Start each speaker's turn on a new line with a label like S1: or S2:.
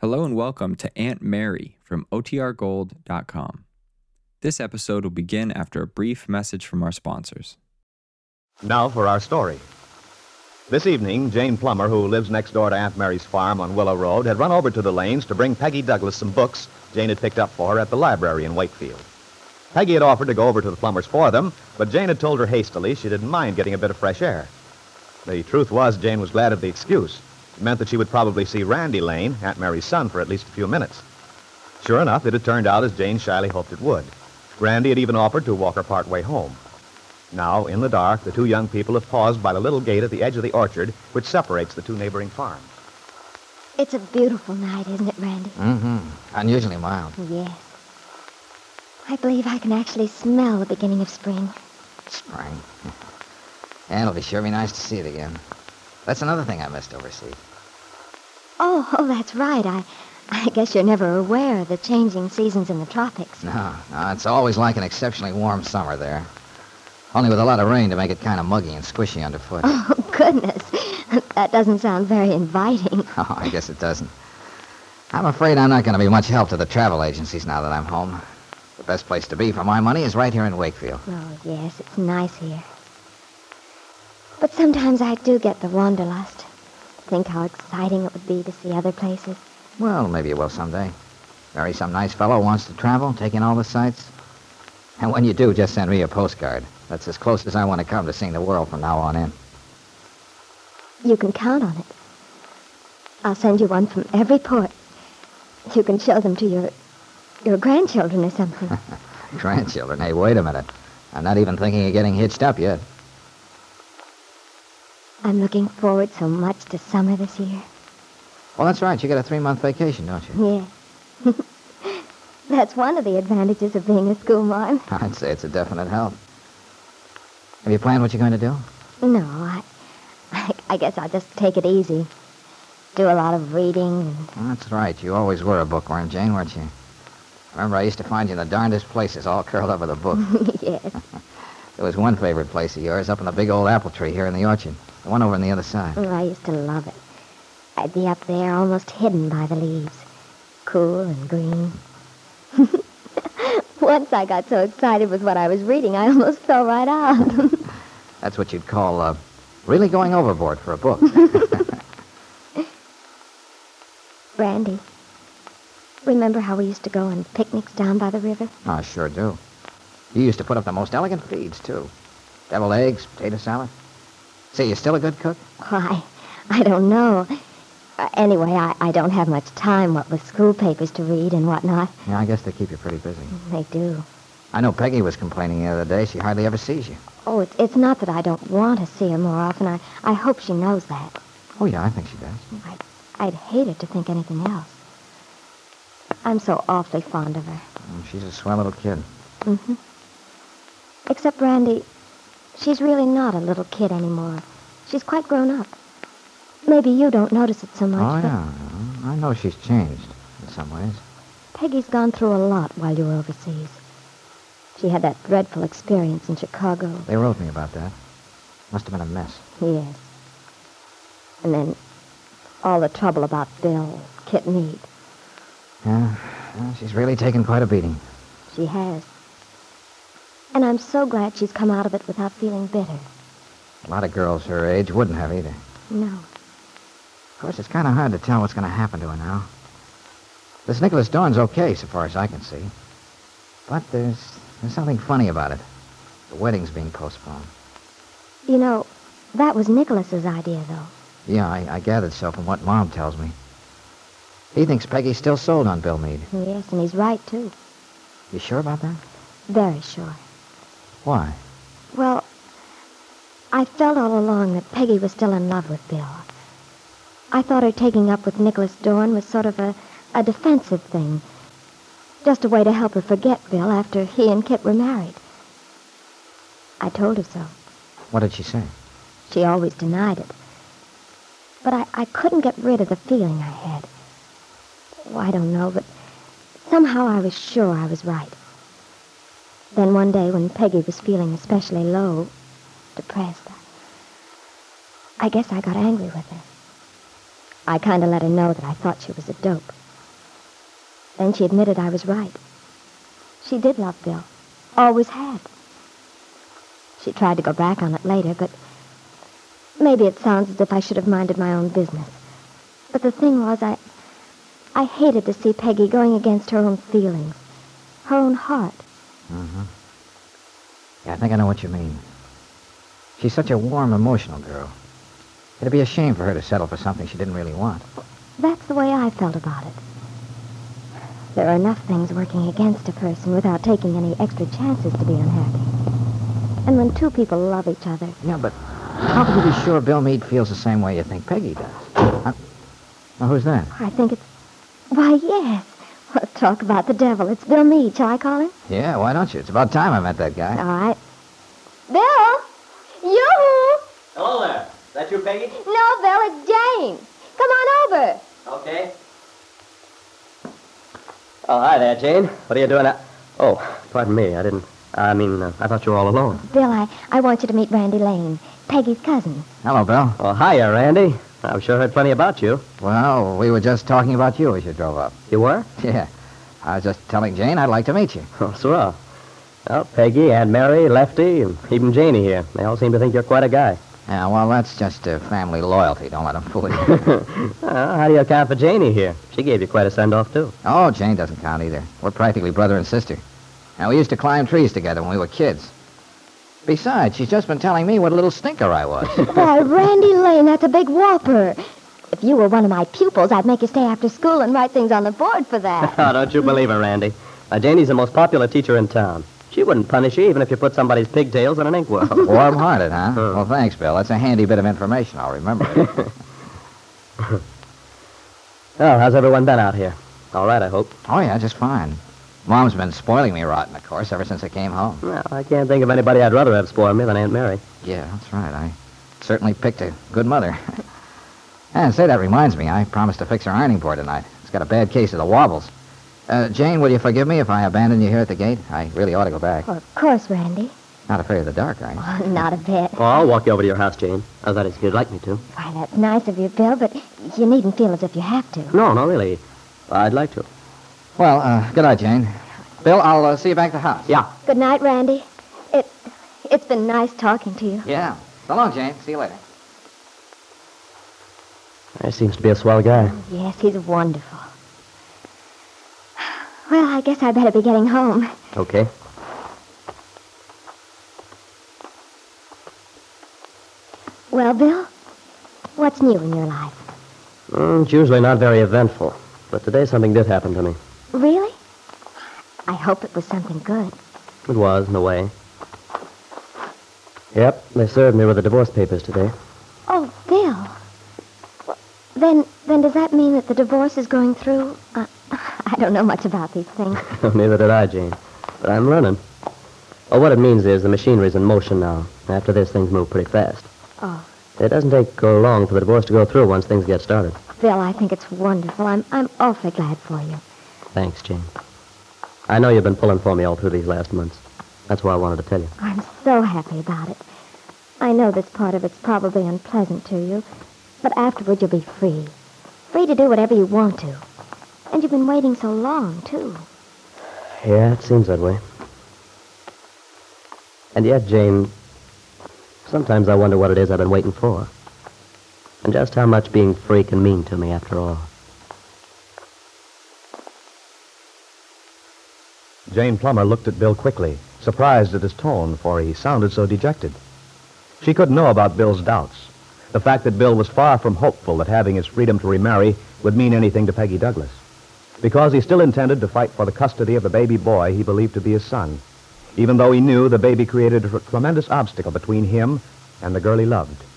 S1: Hello and welcome to Aunt Mary from OTRGold.com. This episode will begin after a brief message from our sponsors.
S2: Now for our story. This evening, Jane Plummer, who lives next door to Aunt Mary's farm on Willow Road, had run over to the Lanes to bring Peggy Douglas some books Jane had picked up for her at the library in Wakefield. Peggy had offered to go over to the Plummers for them, but Jane had told her hastily she didn't mind getting a bit of fresh air. The truth was, Jane was glad of the excuse. It meant that she would probably see Randy Lane, Aunt Mary's son, for at least a few minutes. Sure enough, it had turned out as Jane shyly hoped it would. Randy had even offered to walk her part way home. Now, in the dark, the two young people have paused by the little gate at the edge of the orchard, which separates the two neighboring farms.
S3: It's a beautiful night, isn't it, Randy?
S4: Mm-hmm. Unusually mild.
S3: Oh, Yes. I believe I can actually smell the beginning of spring.
S4: Spring. and it'll be sure be nice to see it again. That's another thing I missed overseas.
S3: Oh, oh, that's right. I, I guess you're never aware of the changing seasons in the tropics.
S4: No, no, it's always like an exceptionally warm summer there. Only with a lot of rain to make it kind of muggy and squishy underfoot. Oh.
S3: Oh, goodness. That doesn't sound very inviting.
S4: Oh, I guess it doesn't. I'm afraid I'm not going to be much help to the travel agencies now that I'm home. The best place to be for my money is right here in Wakefield.
S3: Oh, yes, it's nice here. But sometimes I do get the wanderlust. Think how exciting it would be to see other places.
S4: Well, maybe you will someday. Marry some nice fellow who wants to travel, take in all the sights. And when you do, just send me a postcard. That's as close as I want to come to seeing the world from now on in.
S3: You can count on it. I'll send you one from every port. You can show them to your your grandchildren or something.
S4: Grandchildren. Hey, wait a minute. I'm not even thinking of getting hitched up yet.
S3: I'm looking forward so much to summer this year.
S4: Well, that's right. You get a three-month vacation, don't you?
S3: Yeah. That's one of the advantages of being a schoolmarm.
S4: I'd say it's a definite help. Have you planned what you're going to do?
S3: No, I, I, I guess I'll just take it easy. Do a lot of reading. And,
S4: Well, that's right. You always were a bookworm, Jane, weren't you? Remember, I used to find you in the darndest places, all curled up with a book.
S3: yes.
S4: there was one favorite place of yours up in the big old apple tree here in the orchard. The one over on the other side.
S3: Oh, I used to love it. I'd be up there almost hidden by the leaves, cool and green. Once I got so excited with what I was reading, I almost fell right out.
S4: That's what you'd call uh, really going overboard for a book.
S3: Brandy, remember how we used to go on picnics down by the river?
S4: I sure do. You used to put up the most elegant feeds, too. Deviled eggs, potato salad. Say, you still a good cook?
S3: Why? I don't know. Uh, anyway, I, I don't have much time, what with school papers to read and whatnot.
S4: Yeah, I guess they keep you pretty busy.
S3: They do.
S4: I know Peggy was complaining the other day. She hardly ever sees you.
S3: Oh, it's, it's not that I don't want to see her more often. I, I hope she knows that.
S4: Oh, yeah, I think she does.
S3: I, I'd hate her to think anything else. I'm so awfully fond of her.
S4: Mm, She's a swell little kid.
S3: Mm-hmm. Except, Randy, she's really not a little kid anymore. She's quite grown up. Maybe you don't notice it so much,
S4: oh,
S3: but
S4: yeah. yeah. I know she's changed in some ways.
S3: Peggy's gone through a lot while you were overseas. She had that dreadful experience in Chicago.
S4: They wrote me about that. Must have been a mess.
S3: Yes. And then all the trouble about Bill, Kit Mead.
S4: Yeah, yeah, she's really taken quite a beating.
S3: She has. And I'm so glad she's come out of it without feeling bitter.
S4: A lot of girls her age wouldn't have either.
S3: No.
S4: Of course, it's kind of hard to tell what's going to happen to her now. This Nicholas Dorn's okay, so far as I can see. But there's, there's something funny about it. The wedding's being postponed.
S3: You know, that was Nicholas's idea, though.
S4: Yeah, I, I gathered so from what Mom tells me. He thinks Peggy's still sold on Bill Meade.
S3: Yes, and he's right, too.
S4: You sure about that?
S3: Very sure.
S4: Why?
S3: Well, I felt all along that Peggy was still in love with Bill. I thought her taking up with Nicholas Dorn was sort of a, a defensive thing. Just a way to help her forget Bill after he and Kit were married. I told her so.
S4: What did she say?
S3: She always denied it. But I, I couldn't get rid of the feeling I had. Oh, I don't know, but somehow I was sure I was right. Then one day when Peggy was feeling especially low, depressed, I guess I got angry with her. I kind of let her know that I thought she was a dope. Then she admitted I was right. She did love Bill. Always had. She tried to go back on it later, but maybe it sounds as if I should have minded my own business. But the thing was, I, I hated to see Peggy going against her own feelings, her own heart.
S4: Mm-hmm. Yeah, I think I know what you mean. She's such a warm, emotional girl. It'd be a shame for her to settle for something she didn't really want.
S3: That's the way I felt about it. There are enough things working against a person without taking any extra chances to be unhappy. And when two people love each other,
S4: Yeah, but how can you be sure Bill Meade feels the same way you think Peggy does? Uh, now, who's that?
S3: I think it's. Why, yes. Well, talk about the devil. It's Bill Meade. Shall I call him?
S4: Yeah, why don't you? It's about time I met that guy.
S3: All right. Bill! You!
S5: Hello there. Is that you, Peggy?
S3: No, Bill, it's Jane. Come on over.
S5: Okay. Oh, hi there, Jane. What are you doing? At... Oh, pardon me. I didn't. I mean, uh, I thought you were all alone.
S3: Bill, I, I want you to meet Randy Lane, Peggy's cousin.
S4: Hello, Bill.
S5: Oh, hiya, Randy. I've sure heard plenty about you.
S4: Well, we were just talking about you as you drove up.
S5: You were?
S4: Yeah. I was just telling Jane I'd like to meet you.
S5: Oh, swell. Well, Peggy, Aunt Mary, Lefty, and even Janie here. They all seem to think you're quite a guy.
S4: Yeah, well, that's just uh, family loyalty. Don't let them fool you.
S5: Uh, how do you account for Janie here? She gave you quite a send-off, too.
S4: oh, Jane doesn't count either. We're practically brother and sister. And we used to climb trees together when we were kids. Besides, she's just been telling me what a little stinker I was.
S3: Why, Randy Lane, that's a big whopper. If you were one of my pupils, I'd make you stay after school and write things on the board for that.
S5: Oh, don't you believe her, Randy. Now, Janie's the most popular teacher in town. She wouldn't punish you even if you put somebody's pigtails in an inkwell.
S4: Warm-hearted, huh? Well, thanks, Bill. That's a handy bit of information. I'll remember it.
S5: Oh, how's everyone been out here? All right, I hope.
S4: oh, yeah, just fine. Mom's been spoiling me rotten, of course, ever since I came home.
S5: Well, I can't think of anybody I'd rather have spoiled me than Aunt Mary.
S4: Yeah, that's right. I certainly picked a good mother. and say, that reminds me, I promised to fix her ironing board tonight. It's got a bad case of the wobbles. Uh, Jane, will you forgive me if I abandon you here at the gate? I really ought to go back.
S3: Oh, of course, Randy.
S4: Not afraid of the dark, are you?
S3: Not a bit.
S5: Well, I'll walk you over to your house, Jane. Oh, that is, if you'd like me to.
S3: Why, that's nice of you, Bill, but you needn't feel as if you have to.
S5: No, no, really. I'd like to.
S4: Well, uh, good night, Jane. Bill, I'll uh, see you back at the house.
S5: Yeah.
S3: Good night, Randy. It, it's been nice talking to you.
S4: Yeah. So long, Jane. See you later.
S5: He seems to be a swell guy.
S3: Yes, he's wonderful. Well, I guess I better be getting home.
S5: Okay.
S3: Well, Bill, what's new in your life?
S5: Mm, it's usually not very eventful. But today something did happen to me.
S3: Really? I hope it was something good.
S5: It was, in a way. Yep, they served me with the divorce papers today.
S3: Oh, Bill. Well, Then, then does that mean that the divorce is going through? Uh, I don't know much about these things.
S5: Neither did I, Jane. But I'm learning. Well, what it means is the machinery's in motion now. After this, things move pretty fast.
S3: Oh,
S5: It doesn't take uh, long for the divorce to go through once things get started.
S3: Bill, I think it's wonderful. I'm, I'm awfully glad for you.
S5: Thanks, Jane. I know you've been pulling for me all through these last months. That's why I wanted to tell you.
S3: I'm so happy about it. I know this part of it's probably unpleasant to you, but afterward you'll be free. Free to do whatever you want to. And you've been waiting so long, too.
S5: Yeah, it seems that way. And yet, Jane, sometimes I wonder what it is I've been waiting for. And just how much being free can mean to me after all.
S2: Jane Plummer looked at Bill quickly, surprised at his tone, for he sounded so dejected. She couldn't know about Bill's doubts. The fact that Bill was far from hopeful that having his freedom to remarry would mean anything to Peggy Douglas. Because he still intended to fight for the custody of the baby boy he believed to be his son, even though he knew the baby created a tremendous obstacle between him and the girl he loved.